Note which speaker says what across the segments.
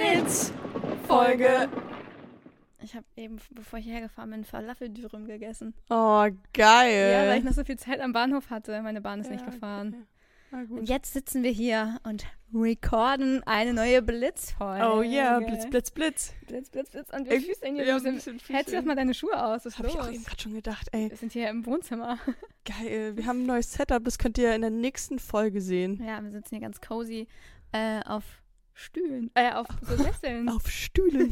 Speaker 1: Blitz! Folge!
Speaker 2: Ich habe eben, bevor ich hergefahren bin, Falafeldürüm gegessen.
Speaker 1: Oh,
Speaker 2: Ja, weil
Speaker 1: geil.
Speaker 2: ich noch so viel Zeit am Bahnhof hatte. Meine Bahn ist nicht
Speaker 1: Ja,
Speaker 2: gefahren.
Speaker 1: okay. Na gut.
Speaker 2: Und jetzt sitzen wir hier und recorden eine neue Blitzfolge.
Speaker 1: Oh yeah, Blitz, Blitz, Blitz.
Speaker 2: Blitz, Blitz, Blitz. Und wir
Speaker 1: Ich-
Speaker 2: füßen
Speaker 1: ja,
Speaker 2: hier
Speaker 1: ein
Speaker 2: bisschen.
Speaker 1: bisschen
Speaker 2: Hält doch
Speaker 1: füßeln.
Speaker 2: mal deine Schuhe aus. Was ist
Speaker 1: Hab ich auch eben
Speaker 2: los?
Speaker 1: gerade schon gedacht, ey,
Speaker 2: Wir sind hier im Wohnzimmer.
Speaker 1: geil. äh, Wir haben ein neues Setup, das könnt ihr in der nächsten Folge sehen.
Speaker 2: Ja, wir sitzen hier ganz cozy äh, auf Stühlen, äh, auf so
Speaker 1: Oh.
Speaker 2: Sesseln.
Speaker 1: Auf Stühlen.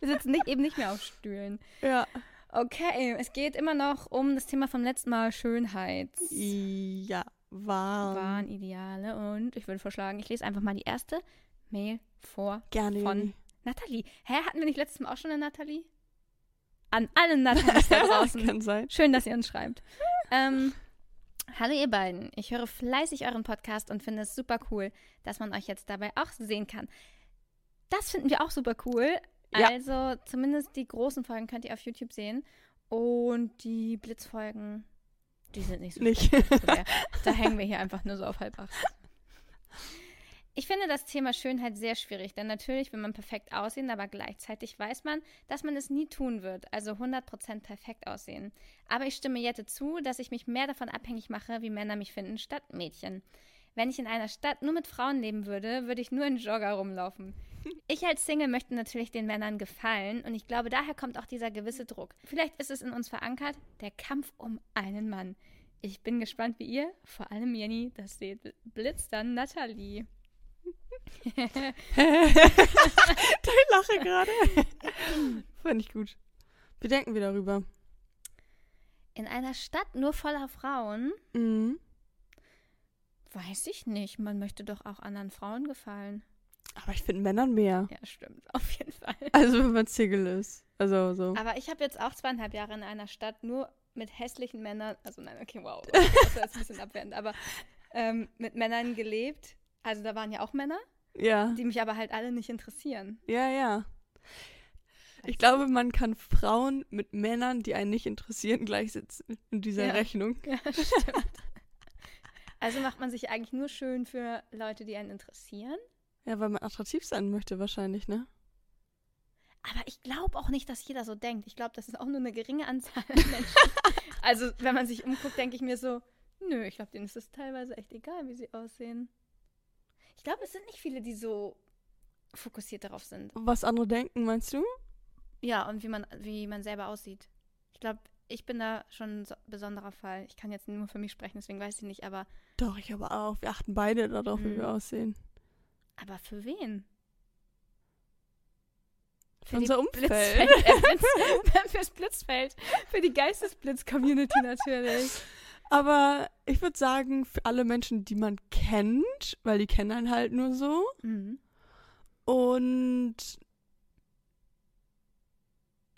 Speaker 2: Wir sitzen nicht, eben nicht mehr auf Stühlen.
Speaker 1: ja.
Speaker 2: Okay, es geht immer noch um das Thema vom letzten Mal, Schönheit.
Speaker 1: Ja, warm.
Speaker 2: waren Ideale. Und ich würde vorschlagen, ich lese einfach mal die erste Mail vor.
Speaker 1: Gerne.
Speaker 2: Von-
Speaker 1: Juni.
Speaker 2: Nathalie. Hä, hatten wir nicht letztes Mal auch schon eine Nathalie? An alle Nathalies da draußen.
Speaker 1: Kann sein.
Speaker 2: Schön, dass ihr uns schreibt. Ähm, hallo ihr beiden. Ich höre fleißig euren Podcast und finde es super cool, dass man euch jetzt dabei auch sehen kann. Das finden wir auch super cool.
Speaker 1: Ja.
Speaker 2: Also zumindest die großen Folgen könnt ihr auf YouTube sehen. Und die Blitzfolgen, die sind nicht so
Speaker 1: Nicht.
Speaker 2: ja, da hängen wir hier einfach nur so auf halb acht. Ich finde das Thema Schönheit sehr schwierig, denn natürlich will man perfekt aussehen, aber gleichzeitig weiß man, dass man es nie tun wird, also 100% perfekt aussehen. Aber ich stimme Jette zu, dass ich mich mehr davon abhängig mache, wie Männer mich finden, statt Mädchen. Wenn ich in einer Stadt nur mit Frauen leben würde, würde ich nur in Jogger rumlaufen. Ich als Single möchte natürlich den Männern gefallen und ich glaube, daher kommt auch dieser gewisse Druck. Vielleicht ist es in uns verankert, der Kampf um einen Mann. Ich bin gespannt, wie ihr, vor allem Jenny, das seht. Blitz dann Nathalie.
Speaker 1: Ich lache gerade. Fand ich gut. Wir denken wir darüber.
Speaker 2: In einer Stadt nur voller Frauen?
Speaker 1: Mhm.
Speaker 2: Weiß ich nicht. Man möchte doch auch anderen Frauen gefallen.
Speaker 1: Aber ich finde Männern mehr.
Speaker 2: Ja, stimmt. Auf jeden Fall.
Speaker 1: Also, wenn man Single ist. Also, so.
Speaker 2: Aber ich habe jetzt auch zweieinhalb Jahre in einer Stadt nur mit hässlichen Männern, also nein, okay, wow. Das war jetzt ein bisschen abwertend, aber ähm, mit Männern gelebt. Also da waren ja auch Männer,
Speaker 1: Ja.
Speaker 2: die mich aber halt alle nicht interessieren.
Speaker 1: Ja, ja. Ich glaube, man kann Frauen mit Männern, die einen nicht interessieren, gleichsetzen in dieser
Speaker 2: Ja.
Speaker 1: Rechnung.
Speaker 2: Ja, stimmt. Also macht man sich eigentlich nur schön für Leute, die einen interessieren.
Speaker 1: Ja, weil man attraktiv sein möchte wahrscheinlich, ne?
Speaker 2: Aber ich glaube auch nicht, dass jeder so denkt. Ich glaube, das ist auch nur eine geringe Anzahl an Menschen. also, wenn man sich umguckt, denke ich mir so, nö, ich glaube, denen ist es teilweise echt egal, wie sie aussehen. Ich glaube, es sind nicht viele, die so fokussiert darauf sind.
Speaker 1: Was andere denken, meinst du?
Speaker 2: Ja, und wie man, wie man selber aussieht. Ich glaube, ich bin da schon ein so besonderer Fall. Ich kann jetzt nur für mich sprechen, deswegen weiß ich nicht, aber,
Speaker 1: Doch, ich aber auch. Wir achten beide darauf, wie
Speaker 2: Mhm.
Speaker 1: wir aussehen.
Speaker 2: aber für wen?
Speaker 1: Für unser Umfeld.
Speaker 2: Blitzfeld. äh, Fürs Blitzfeld. Für die Geistesblitz-Community natürlich.
Speaker 1: Aber ich würde sagen, für alle Menschen, die man kennt, weil die kennen einen halt nur so.
Speaker 2: Mhm.
Speaker 1: Und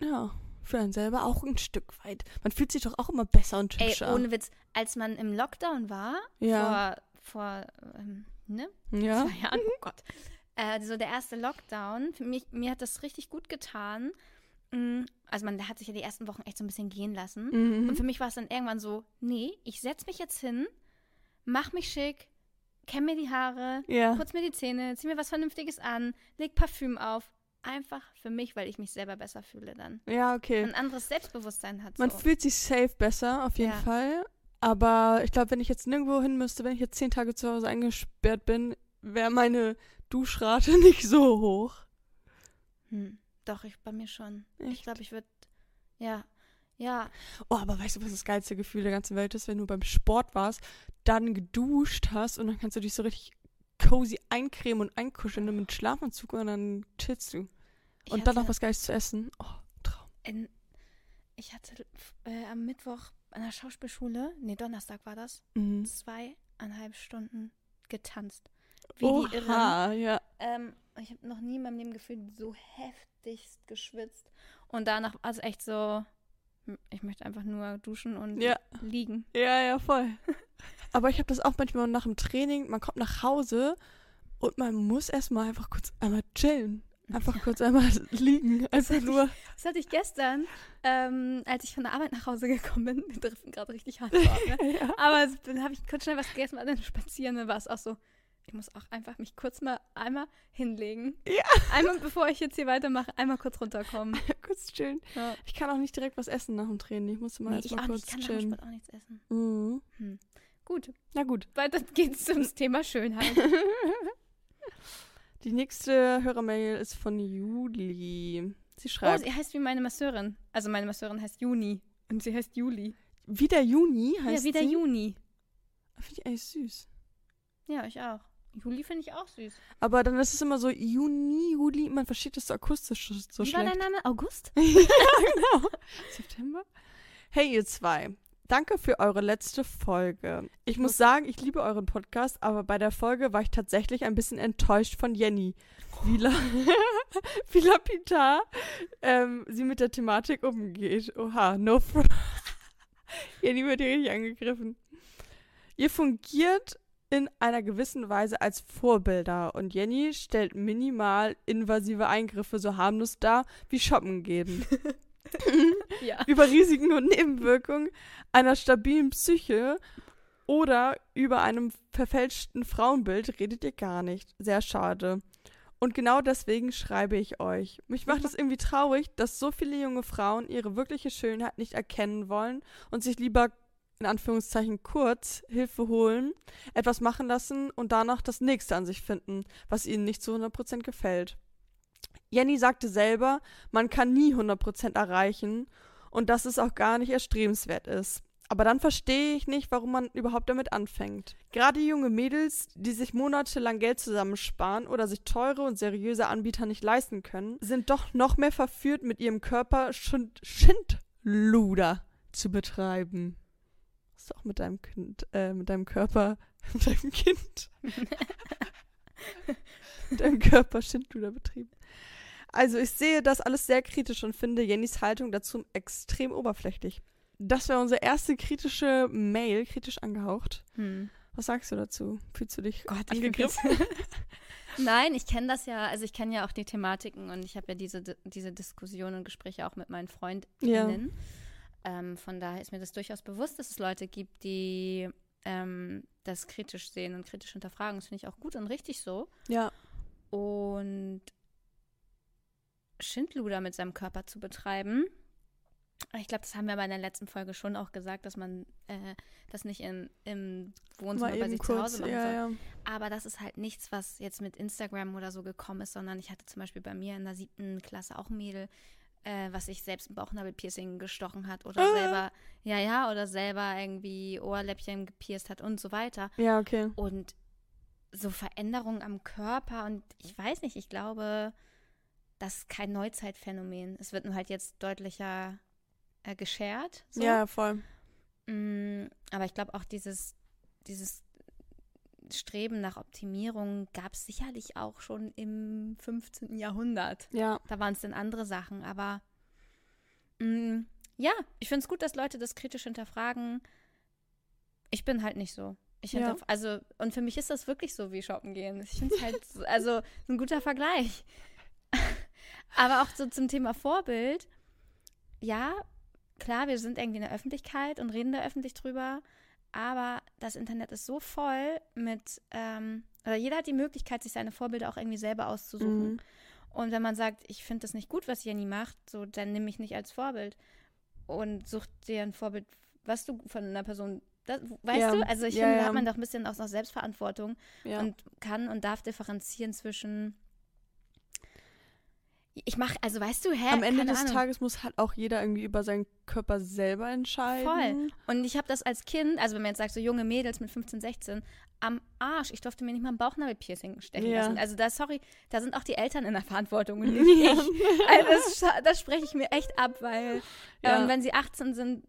Speaker 1: ja, für einen selber auch ein Stück weit. Man fühlt sich doch auch immer besser und
Speaker 2: Ey,
Speaker 1: hübscher.
Speaker 2: ohne Witz, als man im Lockdown war,
Speaker 1: ja.
Speaker 2: vor, vor ähm, ne?
Speaker 1: ja.
Speaker 2: zwei Jahren, oh Gott. Äh, so der erste Lockdown, für mich, mir hat das richtig gut getan. Mm, Also man hat sich ja die ersten Wochen echt so ein bisschen gehen lassen. Und
Speaker 1: Mhm.
Speaker 2: für mich war es dann irgendwann so, nee, ich setz mich jetzt hin, mach mich schick, kämm mir die Haare,
Speaker 1: Ja.
Speaker 2: putz mir die Zähne, zieh mir was Vernünftiges an, leg Parfüm auf. Einfach für mich, weil ich mich selber besser fühle dann.
Speaker 1: Ja, okay.
Speaker 2: Ein anderes Selbstbewusstsein hat so.
Speaker 1: Man fühlt sich safe besser, auf jeden
Speaker 2: Ja.
Speaker 1: Fall. Aber ich glaube, wenn ich jetzt nirgendwo hin müsste, wenn ich jetzt zehn Tage zu Hause eingesperrt bin, wäre meine Duschrate nicht so hoch.
Speaker 2: Hm, doch, ich bei mir schon. Ich
Speaker 1: Echt?
Speaker 2: glaube, ich würde. Ja. Ja.
Speaker 1: Oh, aber weißt du, was das geilste Gefühl der ganzen Welt ist, wenn du beim Sport warst, dann geduscht hast und dann kannst du dich so richtig cozy eincremen und einkuscheln und mit Schlafanzug und dann chillst du.
Speaker 2: Ich
Speaker 1: Und dann
Speaker 2: hatte
Speaker 1: noch was Geiles zu essen. Oh, Traum.
Speaker 2: In, ich hatte äh, am Mittwoch an der Schauspielschule, nee, Donnerstag war das,
Speaker 1: Mhm.
Speaker 2: zweieinhalb Stunden getanzt. Wie die Irren.
Speaker 1: Oha, ja.
Speaker 2: Ähm, ich habe noch nie in meinem Leben gefühlt so heftigst geschwitzt. Und danach war es echt so, hm, ich möchte einfach nur duschen und
Speaker 1: Ja.
Speaker 2: liegen.
Speaker 1: Ja, ja, voll. Aber ich habe das auch manchmal nach dem Training, man kommt nach Hause und man muss erstmal einfach kurz einmal chillen. Einfach kurz einmal liegen. Einfach nur.
Speaker 2: Das hatte ich gestern, ähm, als ich von der Arbeit nach Hause gekommen bin. Wir driften gerade richtig hart. ab, Ne?
Speaker 1: Ja.
Speaker 2: Aber es- dann habe ich kurz schnell was gegessen, war dann spazieren, dann war es auch so, ich muss auch einfach mich kurz mal einmal hinlegen.
Speaker 1: Ja.
Speaker 2: Einmal, bevor ich jetzt hier weitermache, einmal kurz runterkommen.
Speaker 1: kurz chillen.
Speaker 2: Ja.
Speaker 1: Ich kann auch nicht direkt was essen nach dem Training. Ich musste mal
Speaker 2: Nee, ich
Speaker 1: erstmal
Speaker 2: auch
Speaker 1: kurz
Speaker 2: nicht, kann nach dem
Speaker 1: chillen.
Speaker 2: Sport auch nichts essen.
Speaker 1: Mhm.
Speaker 2: Gut,
Speaker 1: Na gut.
Speaker 2: weiter geht's zum Thema Schönheit.
Speaker 1: Die nächste Hörermail ist von Juli. Sie
Speaker 2: Oh,
Speaker 1: schreibt,
Speaker 2: sie heißt wie meine Masseurin. Also meine Masseurin heißt Juni und sie heißt Juli.
Speaker 1: wieder Juni heißt
Speaker 2: ja, wieder
Speaker 1: sie.
Speaker 2: Juni.
Speaker 1: Finde ich eigentlich süß.
Speaker 2: Ja, ich auch. Juli finde ich auch süß.
Speaker 1: Aber dann ist es immer so Juni, Juli. Man versteht das so akustisch so- so
Speaker 2: wie war
Speaker 1: schlecht.
Speaker 2: dein Name? August?
Speaker 1: genau. September? Hey, ihr zwei. Danke für eure letzte Folge. Ich muss sagen, ich liebe euren Podcast, aber bei der Folge war ich tatsächlich ein bisschen enttäuscht von Jenny. Wie, la wie lapidar ähm, sie mit der Thematik umgeht. Oha, no fr Jenny wird hier richtig angegriffen. Ihr fungiert in einer gewissen Weise als Vorbilder und Jenny stellt minimal invasive Eingriffe so harmlos dar wie Shoppen gehen.
Speaker 2: Ja.
Speaker 1: über Risiken und Nebenwirkungen einer stabilen Psyche oder über einem verfälschten Frauenbild redet ihr gar nicht. Sehr schade. Und genau deswegen schreibe ich euch. Mich macht es irgendwie traurig, dass so viele junge Frauen ihre wirkliche Schönheit nicht erkennen wollen und sich lieber in Anführungszeichen kurz Hilfe holen, etwas machen lassen und danach das nächste an sich finden, was ihnen nicht zu 100% gefällt. Jenny sagte selber, man kann nie 100% erreichen und dass es auch gar nicht erstrebenswert ist. Aber dann verstehe ich nicht, warum man überhaupt damit anfängt. Gerade junge Mädels, die sich monatelang Geld zusammensparen oder sich teure und seriöse Anbieter nicht leisten können, sind doch noch mehr verführt, mit ihrem Körper Schind Schindluder zu betreiben. Was ist auch mit deinem Kind, äh, mit deinem Körper, mit deinem Kind, mit deinem Körper Schindluder betrieben. Also ich sehe das alles sehr kritisch und finde Jennys Haltung dazu extrem oberflächlich. Das wäre unsere erste kritische Mail, kritisch angehaucht.
Speaker 2: Hm.
Speaker 1: Was sagst du dazu? Fühlst du dich
Speaker 2: Gott, ich bin
Speaker 1: angegriffen?
Speaker 2: Nein, ich kenne das ja, also ich kenne ja auch die Thematiken und ich habe ja diese, diese Diskussionen und Gespräche auch mit meinen Freundinnen. Ähm, von daher ist mir das durchaus bewusst, dass es Leute gibt, die ähm, das kritisch sehen und kritisch hinterfragen. Das finde ich auch gut und richtig so.
Speaker 1: Ja,
Speaker 2: Und Schindluder mit seinem Körper zu betreiben. Ich glaube, das haben wir aber in der letzten Folge schon auch gesagt, dass man äh, das nicht in, im Wohnzimmer
Speaker 1: mal
Speaker 2: bei
Speaker 1: eben
Speaker 2: sich zu
Speaker 1: kurz.
Speaker 2: Hause machen soll.
Speaker 1: Ja, ja.
Speaker 2: Aber das ist halt nichts, was jetzt mit Instagram oder so gekommen ist, sondern ich hatte zum Beispiel bei mir in der siebten Klasse auch ein Mädel, äh, was sich selbst ein Bauchnabelpiercing gestochen hat oder
Speaker 1: Ah.
Speaker 2: selber, ja, ja, oder selber irgendwie Ohrläppchen gepierst hat und so weiter.
Speaker 1: ja, okay.
Speaker 2: Und so Veränderungen am Körper und ich weiß nicht, ich glaube, das ist kein Neuzeitphänomen. Es wird nur halt jetzt deutlicher äh, geschert. So.
Speaker 1: Ja, voll.
Speaker 2: Mm, Aber ich glaube auch dieses, dieses Streben nach Optimierung gab es sicherlich auch schon im 15. Jahrhundert.
Speaker 1: Ja.
Speaker 2: Da waren es dann andere Sachen, aber mm, ja, ich finde es gut, dass Leute das kritisch hinterfragen. Ich bin halt nicht so. Ich
Speaker 1: Ja.
Speaker 2: hinterf- also, und für mich ist das wirklich so wie shoppen gehen. Ich finde es halt, so- also, ein guter Vergleich. Aber auch so zum Thema Vorbild. Ja, klar, wir sind irgendwie in der Öffentlichkeit und reden da öffentlich drüber, aber das Internet ist so voll mit, ähm, oder jeder hat die Möglichkeit, sich seine Vorbilder auch irgendwie selber auszusuchen.
Speaker 1: Mhm.
Speaker 2: Und wenn man sagt, ich finde das nicht gut, was Jenny macht, so, dann nimm mich nicht als Vorbild und such dir ein Vorbild, was du von einer Person, das, weißt
Speaker 1: Ja.
Speaker 2: du? Also ich
Speaker 1: Ja,
Speaker 2: finde, da
Speaker 1: ja.
Speaker 2: hat man doch ein bisschen auch noch Selbstverantwortung
Speaker 1: ja.
Speaker 2: und äh, kann und darf differenzieren zwischen ich mache, also weißt du, hä?
Speaker 1: Am Ende
Speaker 2: keine
Speaker 1: des
Speaker 2: Ahnung.
Speaker 1: Tages muss halt auch jeder irgendwie über seinen Körper selber entscheiden.
Speaker 2: Voll. Und ich habe das als Kind, also wenn man jetzt sagt, so junge Mädels mit 15, 16, am Arsch, ich durfte mir nicht mal ein Bauchnabelpiercing stechen
Speaker 1: Ja.
Speaker 2: lassen. Also da, sorry, da sind auch die Eltern in der Verantwortung und nicht ich. Also das, scha- das spreche ich mir echt ab, weil
Speaker 1: Ja.
Speaker 2: ähm, wenn sie 18 sind,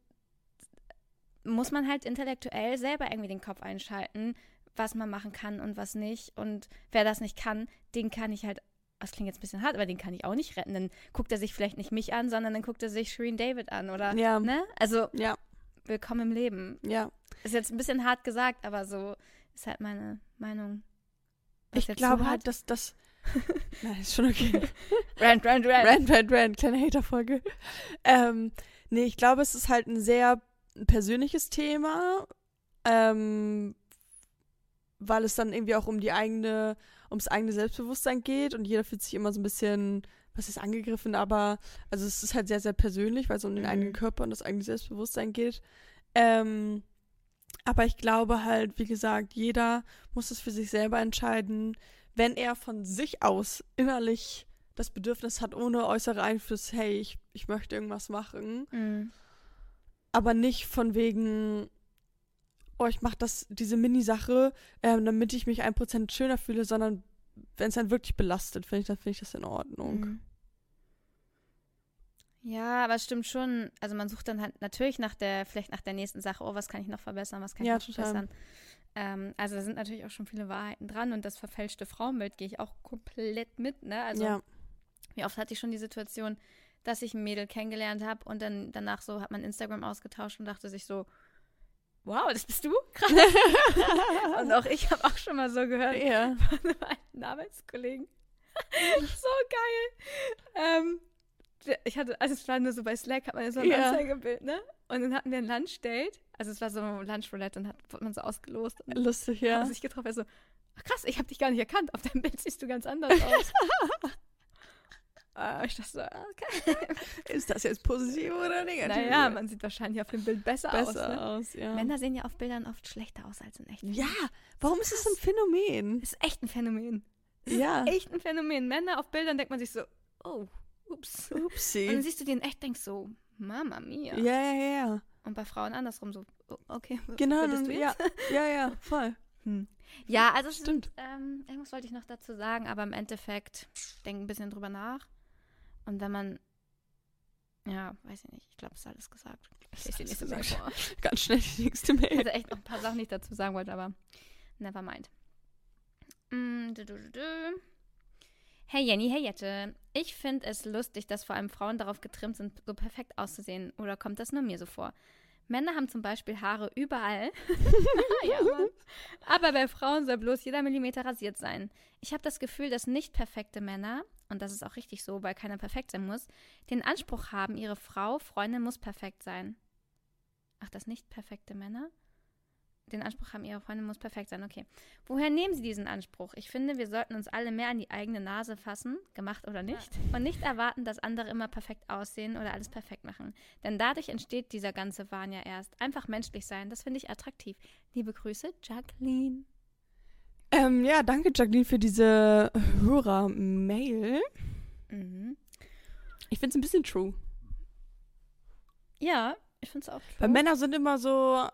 Speaker 2: muss man halt intellektuell selber irgendwie den Kopf einschalten, was man machen kann und was nicht. Und wer das nicht kann, den kann ich halt, das klingt jetzt ein bisschen hart, aber den kann ich auch nicht retten. Dann guckt er sich vielleicht nicht mich an, sondern dann guckt er sich Shereen David an oder,
Speaker 1: Ja.
Speaker 2: ne? Also,
Speaker 1: Ja,
Speaker 2: willkommen im Leben.
Speaker 1: ja.
Speaker 2: Ist jetzt ein bisschen hart gesagt, aber so ist halt meine Meinung. Was
Speaker 1: Ich
Speaker 2: jetzt
Speaker 1: glaube
Speaker 2: so
Speaker 1: halt, dass das. Nein, ist schon okay.
Speaker 2: Rand, rand, rand.
Speaker 1: Rand, Rand, Rand, kleine Haterfolge. Ähm, nee, ich glaube, es ist halt ein sehr persönliches Thema, ähm, weil es dann irgendwie auch um die eigene, ums eigene Selbstbewusstsein geht und jeder fühlt sich immer so ein bisschen, was ist angegriffen, aber also es ist halt sehr, sehr persönlich, weil es um den
Speaker 2: Mhm.
Speaker 1: eigenen Körper und das eigene Selbstbewusstsein geht. Ähm, aber ich glaube halt, wie gesagt, jeder muss es für sich selber entscheiden, wenn er von sich aus innerlich das Bedürfnis hat, ohne äußere Einfluss, hey, ich, ich möchte irgendwas machen,
Speaker 2: Mhm.
Speaker 1: aber nicht von wegen, oh, ich mache das, diese Mini-Sache, ähm, damit ich mich ein Prozent schöner fühle, sondern wenn es einen wirklich belastet, finde ich, dann finde ich das in Ordnung.
Speaker 2: Mhm. Ja, aber es stimmt schon. Also man sucht dann halt natürlich nach der, vielleicht nach der nächsten Sache, oh, was kann ich noch verbessern, was kann
Speaker 1: Ja,
Speaker 2: ich noch
Speaker 1: total.
Speaker 2: verbessern. Ähm, also da sind natürlich auch schon viele Wahrheiten dran und das verfälschte Frauenbild gehe ich auch komplett mit, ne? Also
Speaker 1: ja,
Speaker 2: Wie oft hatte ich schon die Situation, dass ich ein Mädel kennengelernt habe und dann danach so hat man Instagram ausgetauscht und dachte sich so, wow, das bist du? Krass. und auch ich habe auch schon mal so gehört
Speaker 1: Also, ja.
Speaker 2: von einem alten Arbeitskollegen. so geil. Ähm, der- ich hatte, also es war nur so bei Slack, hat man ja so ein
Speaker 1: Ja.
Speaker 2: Anzeigebild, ne? Und dann hatten wir ein Lunchdate. Also es war so ein Lunchroulette und hat wurde man so ausgelost. Und
Speaker 1: Lustig,
Speaker 2: ja.
Speaker 1: ja.
Speaker 2: haben sich getroffen. Er so, ach krass, ich habe dich gar nicht erkannt. Auf deinem Bild siehst du ganz anders aus. äh, ich dachte so, ah, okay.
Speaker 1: Ist das jetzt positiv oder negativ?
Speaker 2: Naja, man sieht wahrscheinlich auf dem Bild besser, aus.
Speaker 1: besser
Speaker 2: Ne?
Speaker 1: aus, ja.
Speaker 2: Männer sehen ja auf Bildern oft schlechter aus als in echt.
Speaker 1: ja, warum ist das so ein Phänomen?
Speaker 2: Ist echt ein Phänomen.
Speaker 1: Ja.
Speaker 2: Echt ein Phänomen. Männer auf Bildern denkt man sich so, oh, ups. Und dann
Speaker 1: Upsi.
Speaker 2: siehst du die in echt, denkst so, Mama mia.
Speaker 1: Hm. Ja, ja, ja, ja.
Speaker 2: Und bei Frauen andersrum so, oh, okay. wo-
Speaker 1: Genau,
Speaker 2: wo bist
Speaker 1: dann,
Speaker 2: du
Speaker 1: ja,
Speaker 2: jetzt?
Speaker 1: ja, ja, voll.
Speaker 2: Hm. Ja, also es ist
Speaker 1: Stimmt.
Speaker 2: Ähm, irgendwas wollte ich noch dazu sagen, aber im Endeffekt denk ein bisschen drüber nach. Und wenn man. Ja, weiß ich nicht. Ich glaube, es ist alles gesagt. Ich lese die
Speaker 1: Alles
Speaker 2: nächste Mail
Speaker 1: gesagt.
Speaker 2: vor.
Speaker 1: Ganz schnell die nächste
Speaker 2: Ich
Speaker 1: Mail.
Speaker 2: hatte echt noch ein paar Sachen, die ich dazu sagen wollte, aber never mind. Mm, dü, dü, dü, dü. Hey Jenny, hey Jette. Ich finde es lustig, dass vor allem Frauen darauf getrimmt sind, so perfekt auszusehen. Oder kommt das nur mir so vor? Männer haben zum Beispiel Haare überall. ja, Mann. Aber bei Frauen soll bloß jeder Millimeter rasiert sein. Ich habe das Gefühl, dass nicht perfekte Männer, und das ist auch richtig so, weil keiner perfekt sein muss, den Anspruch haben, ihre Frau, Freundin muss perfekt sein. Ach, das nicht perfekte Männer? Den Anspruch haben, ihre Freundin muss perfekt sein. Okay. Woher nehmen Sie diesen Anspruch? Ich finde, wir sollten uns alle mehr an die eigene Nase fassen, gemacht oder nicht, und nicht erwarten, dass andere immer perfekt aussehen oder alles perfekt machen. Denn dadurch entsteht dieser ganze Wahn ja erst. Einfach menschlich sein, das finde ich attraktiv. Liebe Grüße, Jacqueline.
Speaker 1: Ähm, ja, danke Jacqueline für diese Hörer-Mail.
Speaker 2: Mhm.
Speaker 1: Ich finde es ein bisschen true.
Speaker 2: Ja, ich finde es auch
Speaker 1: Weil Männer sind immer so,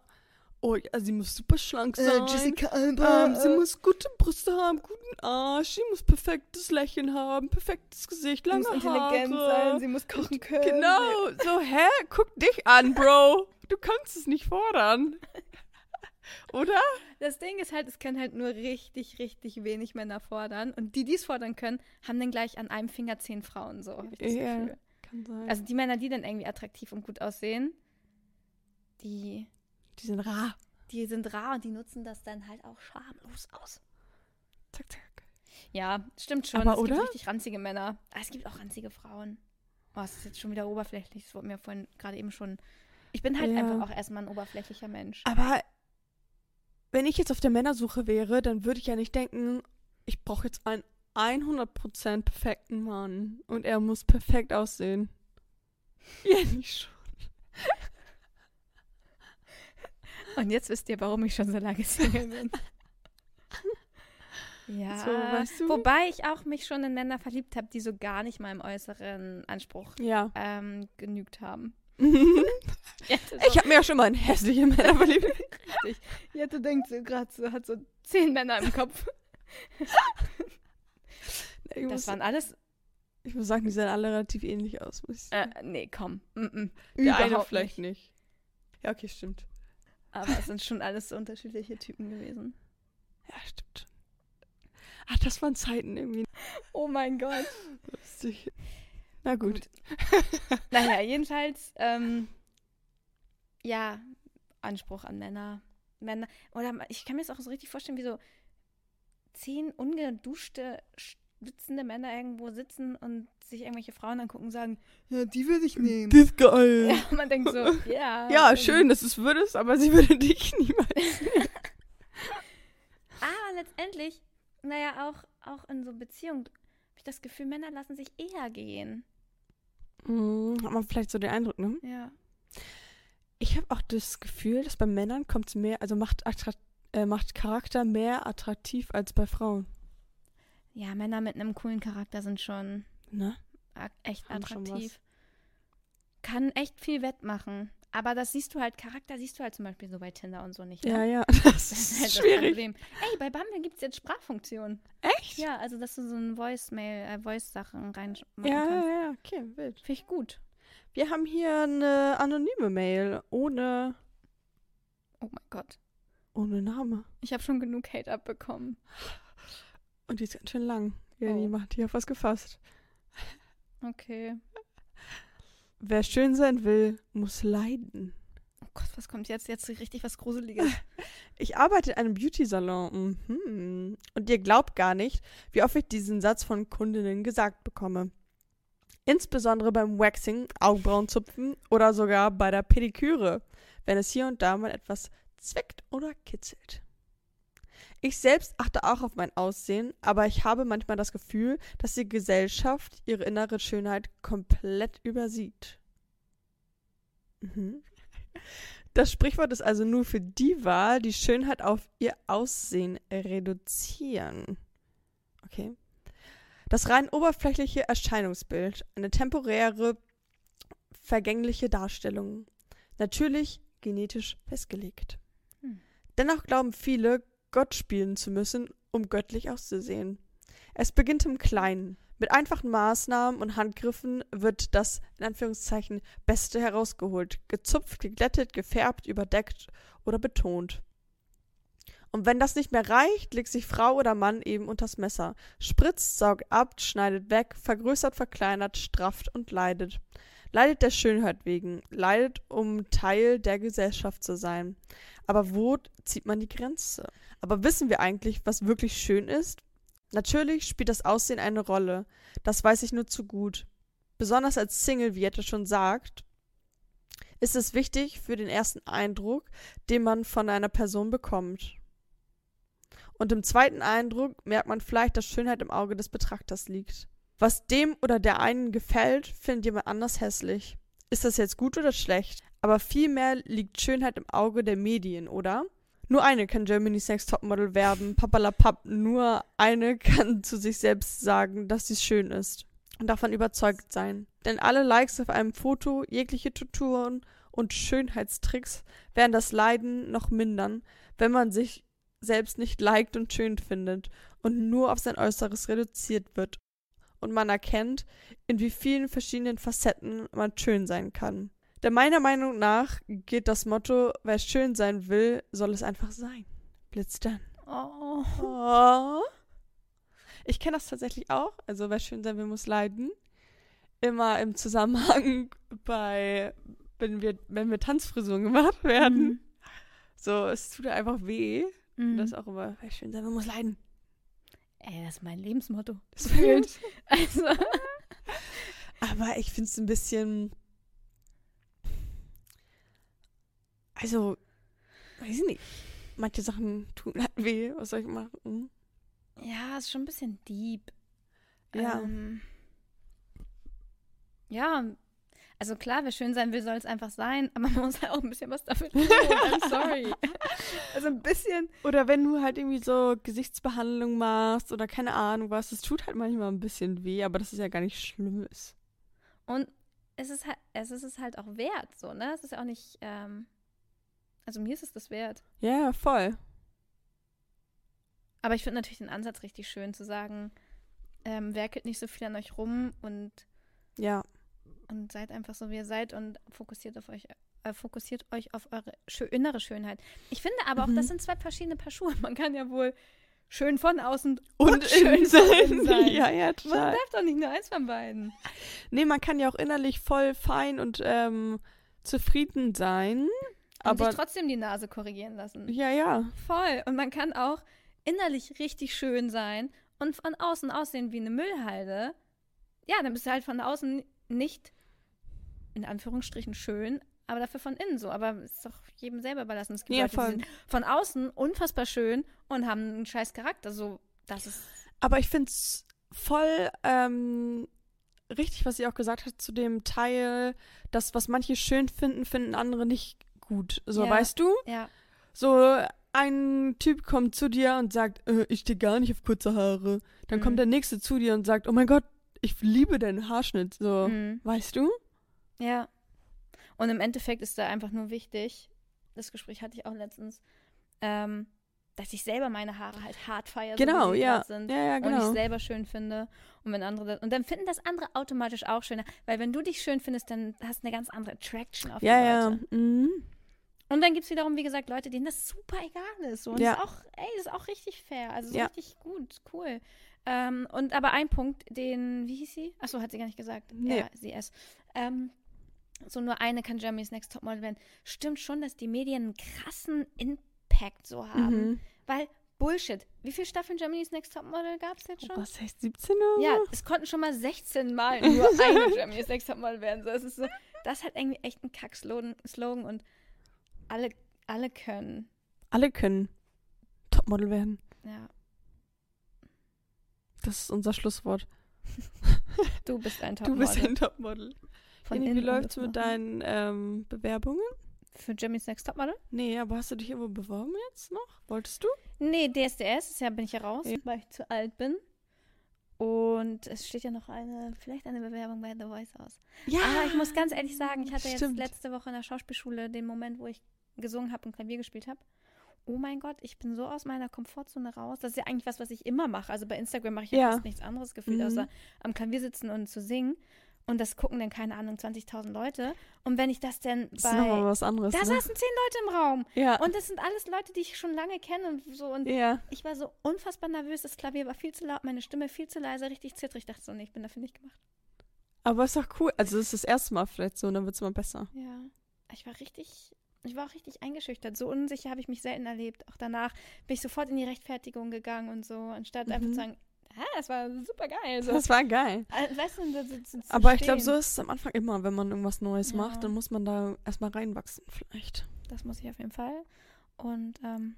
Speaker 1: oh, also sie muss super schlank
Speaker 2: Äh,
Speaker 1: sein.
Speaker 2: Alba.
Speaker 1: ähm, Äh, sie muss gute Brüste haben, guten Arsch, sie muss perfektes Lächeln haben, perfektes Gesicht,
Speaker 2: äh,
Speaker 1: lange Haare.
Speaker 2: sie muss kochen können.
Speaker 1: Genau, so, hä? Guck dich an, Bro. Du kannst es nicht fordern. Oder?
Speaker 2: Das Ding ist halt, es können halt nur richtig, richtig wenig Männer fordern. Und die, die es fordern können, haben dann gleich an einem Finger zehn Frauen. So habe ich das
Speaker 1: Ja.
Speaker 2: Gefühl.
Speaker 1: Kann sein. Also,
Speaker 2: Also die Männer, die dann irgendwie attraktiv und gut aussehen, die,
Speaker 1: die sind rar.
Speaker 2: die sind rar und die nutzen das dann halt auch schamlos aus.
Speaker 1: Zack, zack.
Speaker 2: Ja, stimmt schon.
Speaker 1: Aber,
Speaker 2: es
Speaker 1: oder?
Speaker 2: gibt richtig ranzige Männer. Ah, es gibt auch ranzige Frauen. Oh, es ist jetzt schon wieder oberflächlich. Das wurde mir vorhin gerade eben schon. Ich bin halt
Speaker 1: Ja.
Speaker 2: einfach auch erstmal ein oberflächlicher Mensch.
Speaker 1: Aber wenn ich jetzt auf der Männersuche wäre, dann würde ich ja nicht denken, ich brauche jetzt einen 100% perfekten Mann und er muss perfekt aussehen. Ja, nicht schon.
Speaker 2: Und jetzt wisst ihr, warum ich schon so lange Single bin. ja.
Speaker 1: So, weißt du?
Speaker 2: Wobei ich auch mich schon in Männer verliebt habe, die so gar nicht meinem äußeren Anspruch
Speaker 1: Ja.
Speaker 2: ähm, genügt haben.
Speaker 1: ich
Speaker 2: Jette,
Speaker 1: habe mir ja schon mal in hässliche Männer verliebt.
Speaker 2: Jette denkt so gerade so, hat so zehn Männer im Kopf.
Speaker 1: Ich muss,
Speaker 2: Das waren alles.
Speaker 1: ich muss sagen, die sehen alle relativ ähnlich aus. Muss ich sagen.
Speaker 2: Äh, nee, komm. Mm -mm.
Speaker 1: Äh, der eine
Speaker 2: überhaupt
Speaker 1: vielleicht nicht. Ja, okay, stimmt.
Speaker 2: Aber es sind schon alles so unterschiedliche Typen gewesen.
Speaker 1: Ja, stimmt. Ach, das waren Zeiten irgendwie
Speaker 2: Oh mein Gott.
Speaker 1: lustig. Na gut.
Speaker 2: Naja, jedenfalls, ähm, ja, Anspruch an Männer. Männer. Oder ma- ich kann mir das auch so richtig vorstellen, wie so zehn ungeduschte, schwitzende Männer irgendwo sitzen und sich irgendwelche Frauen angucken und sagen, ja, die würde ich nehmen.
Speaker 1: Das ist geil.
Speaker 2: Ja, und man denkt so, ja.
Speaker 1: Ja,
Speaker 2: ähm,
Speaker 1: schön, dass du es würdest, aber sie würde dich niemals.
Speaker 2: Aber ah, letztendlich, naja, auch, auch in so Beziehungen habe ich das Gefühl, Männer lassen sich eher gehen.
Speaker 1: Hm, hat man vielleicht so den Eindruck, ne?
Speaker 2: Ja.
Speaker 1: Ich habe auch das Gefühl, dass bei Männern kommt mehr, also macht, attra- äh, macht Charakter mehr attraktiv als bei Frauen.
Speaker 2: Ja, Männer mit einem coolen Charakter sind schon
Speaker 1: Ne?
Speaker 2: a- Ah, echt
Speaker 1: Haben schon was.
Speaker 2: attraktiv. Kann echt viel wettmachen. Aber das siehst du halt, Charakter siehst du halt zum Beispiel so bei Tinder und so nicht. ne?
Speaker 1: Ja, ja, das
Speaker 2: Das
Speaker 1: ist
Speaker 2: halt das
Speaker 1: schwierig.
Speaker 2: Problem. Ey, bei Bumble gibt es jetzt Sprachfunktionen.
Speaker 1: Echt?
Speaker 2: Ja, also dass du so ein Voicemail, äh, Voice-Sachen reinmachen
Speaker 1: Ja,
Speaker 2: kannst.
Speaker 1: ja, ja, okay, wild.
Speaker 2: Finde ich gut.
Speaker 1: Wir haben hier eine anonyme Mail ohne,
Speaker 2: Oh mein Gott.
Speaker 1: ohne Name.
Speaker 2: Ich habe schon genug Hate abbekommen.
Speaker 1: Und die ist ganz schön lang. Ja, die
Speaker 2: Oh.
Speaker 1: macht hier auf was gefasst.
Speaker 2: Okay.
Speaker 1: Wer schön sein will, muss leiden.
Speaker 2: Oh Gott, was kommt jetzt? Jetzt richtig was Gruseliges.
Speaker 1: Ich arbeite in einem Beauty-Salon. Mhm. Und ihr glaubt gar nicht, wie oft ich diesen Satz von Kundinnen gesagt bekomme. Insbesondere beim Waxing, Augenbrauenzupfen oder sogar bei der Pediküre, wenn es hier und da mal etwas zwickt oder kitzelt. Ich selbst achte auch auf mein Aussehen, aber ich habe manchmal das Gefühl, dass die Gesellschaft ihre innere Schönheit komplett übersieht. Mhm. Das Sprichwort ist also nur für die Wahl, die Schönheit auf ihr Aussehen reduzieren. Okay. Das rein oberflächliche Erscheinungsbild, eine temporäre, vergängliche Darstellung. Natürlich genetisch festgelegt.
Speaker 2: Hm.
Speaker 1: Dennoch glauben viele, Gott spielen zu müssen, um göttlich auszusehen. Es beginnt im Kleinen. Mit einfachen Maßnahmen und Handgriffen wird das in Anführungszeichen Beste herausgeholt, gezupft, geglättet, gefärbt, überdeckt oder betont. Und wenn das nicht mehr reicht, legt sich Frau oder Mann eben unters Messer, spritzt, saugt ab, schneidet weg, vergrößert, verkleinert, strafft und leidet. Leidet der Schönheit wegen, leidet, um Teil der Gesellschaft zu sein. Aber wo zieht man die Grenze? Aber wissen wir eigentlich, was wirklich schön ist? Natürlich spielt das Aussehen eine Rolle, das weiß ich nur zu gut. Besonders als Single, wie Jette schon sagt, ist es wichtig für den ersten Eindruck, den man von einer Person bekommt. Und im zweiten Eindruck merkt man vielleicht, dass Schönheit im Auge des Betrachters liegt. Was dem oder der einen gefällt, findet jemand anders hässlich. Ist das jetzt gut oder schlecht? Aber vielmehr liegt Schönheit im Auge der Medien, oder? Nur eine kann Germany's Next Topmodel werben, papalapap, nur eine kann zu sich selbst sagen, dass sie schön ist und davon überzeugt sein. Denn alle Likes auf einem Foto, jegliche Tutoren und Schönheitstricks werden das Leiden noch mindern, wenn man sich selbst nicht liked und schön findet und nur auf sein Äußeres reduziert wird und man erkennt, in wie vielen verschiedenen Facetten man schön sein kann. Denn meiner Meinung nach geht das Motto, wer schön sein will, soll es einfach sein. Blitzdern.
Speaker 2: Oh.
Speaker 1: Oh. Ich kenne das tatsächlich auch. Also wer schön sein will, muss leiden. Immer im Zusammenhang bei, wenn wir, wenn wir Tanzfrisuren gemacht werden. So, es tut einfach weh.
Speaker 2: Mhm.
Speaker 1: Das ist auch immer, wer schön sein will, muss leiden.
Speaker 2: Ey, das ist mein Lebensmotto.
Speaker 1: Das fehlt.
Speaker 2: Also,
Speaker 1: Aber ich finde es ein bisschen. Also, weiß ich nicht. Manche Sachen tun halt weh. Was soll ich machen?
Speaker 2: ja, ist schon ein bisschen deep.
Speaker 1: Ja.
Speaker 2: Ähm, ja, also klar, wer schön sein will, soll es einfach sein, aber man muss halt auch ein bisschen was dafür tun. I'm sorry. Also ein bisschen.
Speaker 1: Oder wenn du halt irgendwie so Gesichtsbehandlung machst oder keine Ahnung was, das tut halt manchmal ein bisschen weh, aber das ist ja gar nicht Schlimmes.
Speaker 2: Und es ist halt, es ist es halt auch wert, so, ne? Es ist ja auch nicht, ähm, also mir ist es das wert.
Speaker 1: Ja, voll.
Speaker 2: Aber ich finde natürlich den Ansatz richtig schön zu sagen, ähm, werkelt nicht so viel an euch rum und,
Speaker 1: Ja.
Speaker 2: und seid einfach so, wie ihr seid und fokussiert auf euch, äh, fokussiert euch auf eure schö innere Schönheit. Ich finde aber auch,
Speaker 1: Mhm.
Speaker 2: das sind zwei verschiedene Paar Schuhe. Man kann ja wohl schön von außen
Speaker 1: Und,
Speaker 2: schön von innen sein.
Speaker 1: Ja, ja,
Speaker 2: Man
Speaker 1: total.
Speaker 2: darf doch nicht nur eins von beiden.
Speaker 1: Nee, man kann ja auch innerlich voll fein und ähm, zufrieden sein.
Speaker 2: Aber und
Speaker 1: Aber
Speaker 2: sich trotzdem die Nase korrigieren lassen.
Speaker 1: ja, ja.
Speaker 2: Voll. Und man kann auch innerlich richtig schön sein und von außen aussehen wie eine Müllhalde. Ja, dann bist du halt von außen nicht in Anführungsstrichen schön, aber dafür von innen so. Aber ist doch jedem selber überlassen. Es gibt
Speaker 1: Ja,
Speaker 2: Leute,
Speaker 1: voll.
Speaker 2: die sind von außen unfassbar schön und haben einen scheiß Charakter. So, das ist
Speaker 1: Aber ich finde es voll ähm, richtig, was sie auch gesagt hat zu dem Teil, dass was manche schön finden, finden andere nicht gut. So,
Speaker 2: Ja.
Speaker 1: weißt du?
Speaker 2: ja
Speaker 1: So ein Typ kommt zu dir und sagt, äh, ich stehe gar nicht auf kurze Haare. Dann
Speaker 2: Mhm.
Speaker 1: kommt der nächste zu dir und sagt, oh mein Gott, ich liebe deinen Haarschnitt. So,
Speaker 2: mhm.
Speaker 1: weißt du?
Speaker 2: ja. Und im Endeffekt ist da einfach nur wichtig. Das Gespräch hatte ich auch letztens, ähm, dass ich selber meine Haare halt hart feiere, so
Speaker 1: Genau,
Speaker 2: wie sie
Speaker 1: ja.
Speaker 2: gerade sind.
Speaker 1: Ja, ja,
Speaker 2: und ich
Speaker 1: genau.
Speaker 2: selber schön finde und wenn andere das, und dann finden das andere automatisch auch schöner, weil wenn du dich schön findest, dann hast du eine ganz andere Attraction auf
Speaker 1: Ja,
Speaker 2: die
Speaker 1: ja.
Speaker 2: Leute.
Speaker 1: Mhm.
Speaker 2: Und dann gibt es wiederum, wie gesagt, Leute, denen das super egal ist. So. Und
Speaker 1: Ja.
Speaker 2: das ist auch, ey, das ist auch richtig fair. Also ist
Speaker 1: Ja.
Speaker 2: richtig gut, cool. Ähm, und aber ein Punkt, den, wie hieß sie? Achso, hat sie gar nicht gesagt.
Speaker 1: Nee.
Speaker 2: Ja, sie es. Ähm, so nur eine kann Germany's Next Topmodel werden. Stimmt schon, dass die Medien einen krassen Impact so haben.
Speaker 1: Mhm.
Speaker 2: Weil Bullshit. Wie viele Staffeln Germany's Next Topmodel gab es jetzt schon?
Speaker 1: Oh, Was heißt 17 Uhr?
Speaker 2: Ja, es konnten schon mal 16 Mal nur eine Germany's Next Topmodel werden. So, es ist so, das hat irgendwie echt einen Kack-Slogan Slogan und alle, alle können.
Speaker 1: Alle können Topmodel werden.
Speaker 2: Ja,
Speaker 1: Das ist unser Schlusswort.
Speaker 2: du bist ein
Speaker 1: Du
Speaker 2: Topmodel.
Speaker 1: bist ein Topmodel.
Speaker 2: Von
Speaker 1: Jenny,
Speaker 2: innen
Speaker 1: wie
Speaker 2: und
Speaker 1: läuft's
Speaker 2: von
Speaker 1: mit
Speaker 2: außen.
Speaker 1: deinen ähm, Bewerbungen?
Speaker 2: Für Germany's Next Topmodel?
Speaker 1: Nee, aber hast du dich irgendwo beworben jetzt noch? Wolltest
Speaker 2: Ah,
Speaker 1: du?
Speaker 2: Nee, DSDS, ist ja bin ich ja raus,
Speaker 1: Ja.
Speaker 2: weil ich zu alt bin. Und es steht ja noch eine, vielleicht eine Bewerbung bei The Voice aus.
Speaker 1: Ja,
Speaker 2: Aber Ah, ich muss ganz ehrlich sagen, ich hatte jetzt
Speaker 1: Stimmt.
Speaker 2: letzte Woche in der Schauspielschule den Moment, wo ich gesungen habe und Klavier gespielt habe. Oh mein Gott, ich bin so aus meiner Komfortzone raus. Das ist ja eigentlich was, was ich immer mache. Also bei Instagram mache ich ja,
Speaker 1: Ja.
Speaker 2: fast nichts anderes gefühlt,
Speaker 1: Mhm.
Speaker 2: außer am Klavier sitzen und zu singen. Und das gucken dann, keine Ahnung, 20.000 Leute. Und wenn ich das denn
Speaker 1: Das ist nochmal
Speaker 2: bei...
Speaker 1: was anderes.
Speaker 2: Da
Speaker 1: ne?
Speaker 2: saßen zehn Leute im Raum.
Speaker 1: Ja.
Speaker 2: Und das sind alles Leute, die ich schon lange kenne und so. Und
Speaker 1: ja.
Speaker 2: ich war so unfassbar nervös. Das Klavier war viel zu laut, meine Stimme viel zu leise, richtig zittrig. Ich dachte so, nee, ich bin dafür nicht gemacht.
Speaker 1: Aber ist doch cool. Also, das ist das erste Mal vielleicht so, dann wird's mal besser.
Speaker 2: Ja, ich war richtig, ich war auch richtig eingeschüchtert. So unsicher habe ich mich selten erlebt. Auch danach bin ich sofort in die Rechtfertigung gegangen und so, anstatt einfach zu
Speaker 1: Mhm.
Speaker 2: sagen, ah, das war super geil. So.
Speaker 1: Das war geil.
Speaker 2: Äh, weißt du, so, so, so, zu
Speaker 1: Aber ich glaube, so
Speaker 2: stehen.
Speaker 1: ist es am Anfang immer, wenn man irgendwas Neues
Speaker 2: Ja.
Speaker 1: macht, dann muss man da erstmal reinwachsen, vielleicht.
Speaker 2: Das muss ich auf jeden Fall. Und ähm,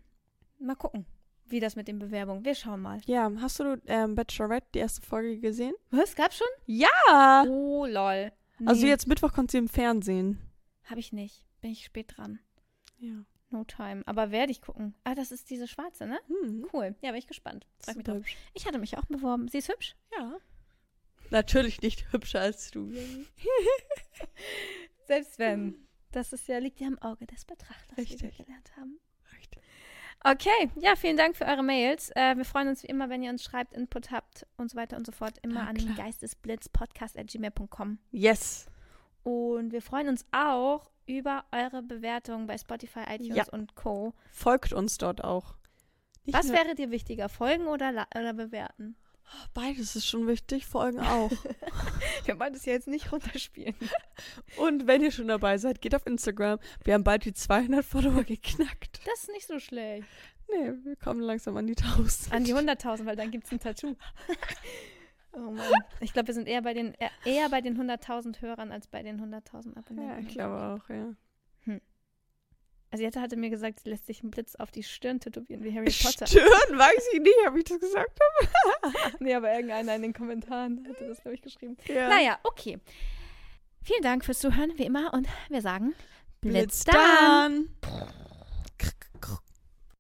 Speaker 2: mal gucken, wie das mit den Bewerbungen. Wir schauen mal.
Speaker 1: Ja, hast du ähm, Bachelorette, die erste Folge gesehen?
Speaker 2: Was? Gab's schon?
Speaker 1: Ah,
Speaker 2: Oh, lol. Nee,
Speaker 1: also jetzt Mittwoch kommt sie im Fernsehen.
Speaker 2: Hab ich nicht. Bin ich spät dran.
Speaker 1: Ja.
Speaker 2: No time. Aber werde ich gucken. Ah, das ist diese schwarze, ne?
Speaker 1: Hm.
Speaker 2: Cool. Ja, bin ich gespannt. Freut mich
Speaker 1: Super
Speaker 2: drauf.
Speaker 1: hübsch.
Speaker 2: Ich hatte mich auch beworben. Sie ist hübsch.
Speaker 1: Ja. Natürlich nicht hübscher als du.
Speaker 2: Selbst wenn. Mhm. Das ist ja, liegt ja im Auge des Betrachters, wie wir
Speaker 1: Richtig.
Speaker 2: gelernt haben.
Speaker 1: Richtig.
Speaker 2: Okay, ja, vielen Dank für eure Mails. Äh, wir freuen uns wie immer, wenn ihr uns schreibt, Input habt und so weiter und so fort. Immer
Speaker 1: Na
Speaker 2: an
Speaker 1: klar.
Speaker 2: geistesblitzpodcast.gmail.com.
Speaker 1: Yes.
Speaker 2: Und wir freuen uns auch über eure Bewertungen bei Spotify, iTunes
Speaker 1: Ja.
Speaker 2: und Co.
Speaker 1: Folgt uns dort auch. Nicht
Speaker 2: Was
Speaker 1: nur-
Speaker 2: wäre dir wichtiger, folgen oder, la- oder bewerten?
Speaker 1: Beides ist schon wichtig, Folgen auch.
Speaker 2: Wir wollen das ja jetzt nicht runterspielen.
Speaker 1: Und wenn ihr schon dabei seid, geht auf Instagram. Wir haben bald die 200 Follower geknackt.
Speaker 2: Das ist nicht so schlecht.
Speaker 1: Nee, wir kommen langsam an die 1000.
Speaker 2: An die 100.000, weil dann gibt es ein Tattoo. Oh Mann. Ich glaube, wir sind eher bei den eher- eher bei den 100.000 Hörern als bei den 100.000
Speaker 1: Ja,
Speaker 2: Abonnenten.
Speaker 1: ich glaube auch, ja.
Speaker 2: Also Jette hatte mir gesagt, sie lässt sich einen Blitz auf die Stirn tätowieren wie Harry Potter.
Speaker 1: Stirn, weiß ich nicht, habe ich das gesagt?
Speaker 2: Nee, aber irgendeiner in den Kommentaren hatte das, glaube ich, geschrieben.
Speaker 1: Ja.
Speaker 2: Naja, okay. Vielen Dank fürs Zuhören, wie immer. Und wir sagen
Speaker 1: Blitz
Speaker 2: dann.
Speaker 1: dann!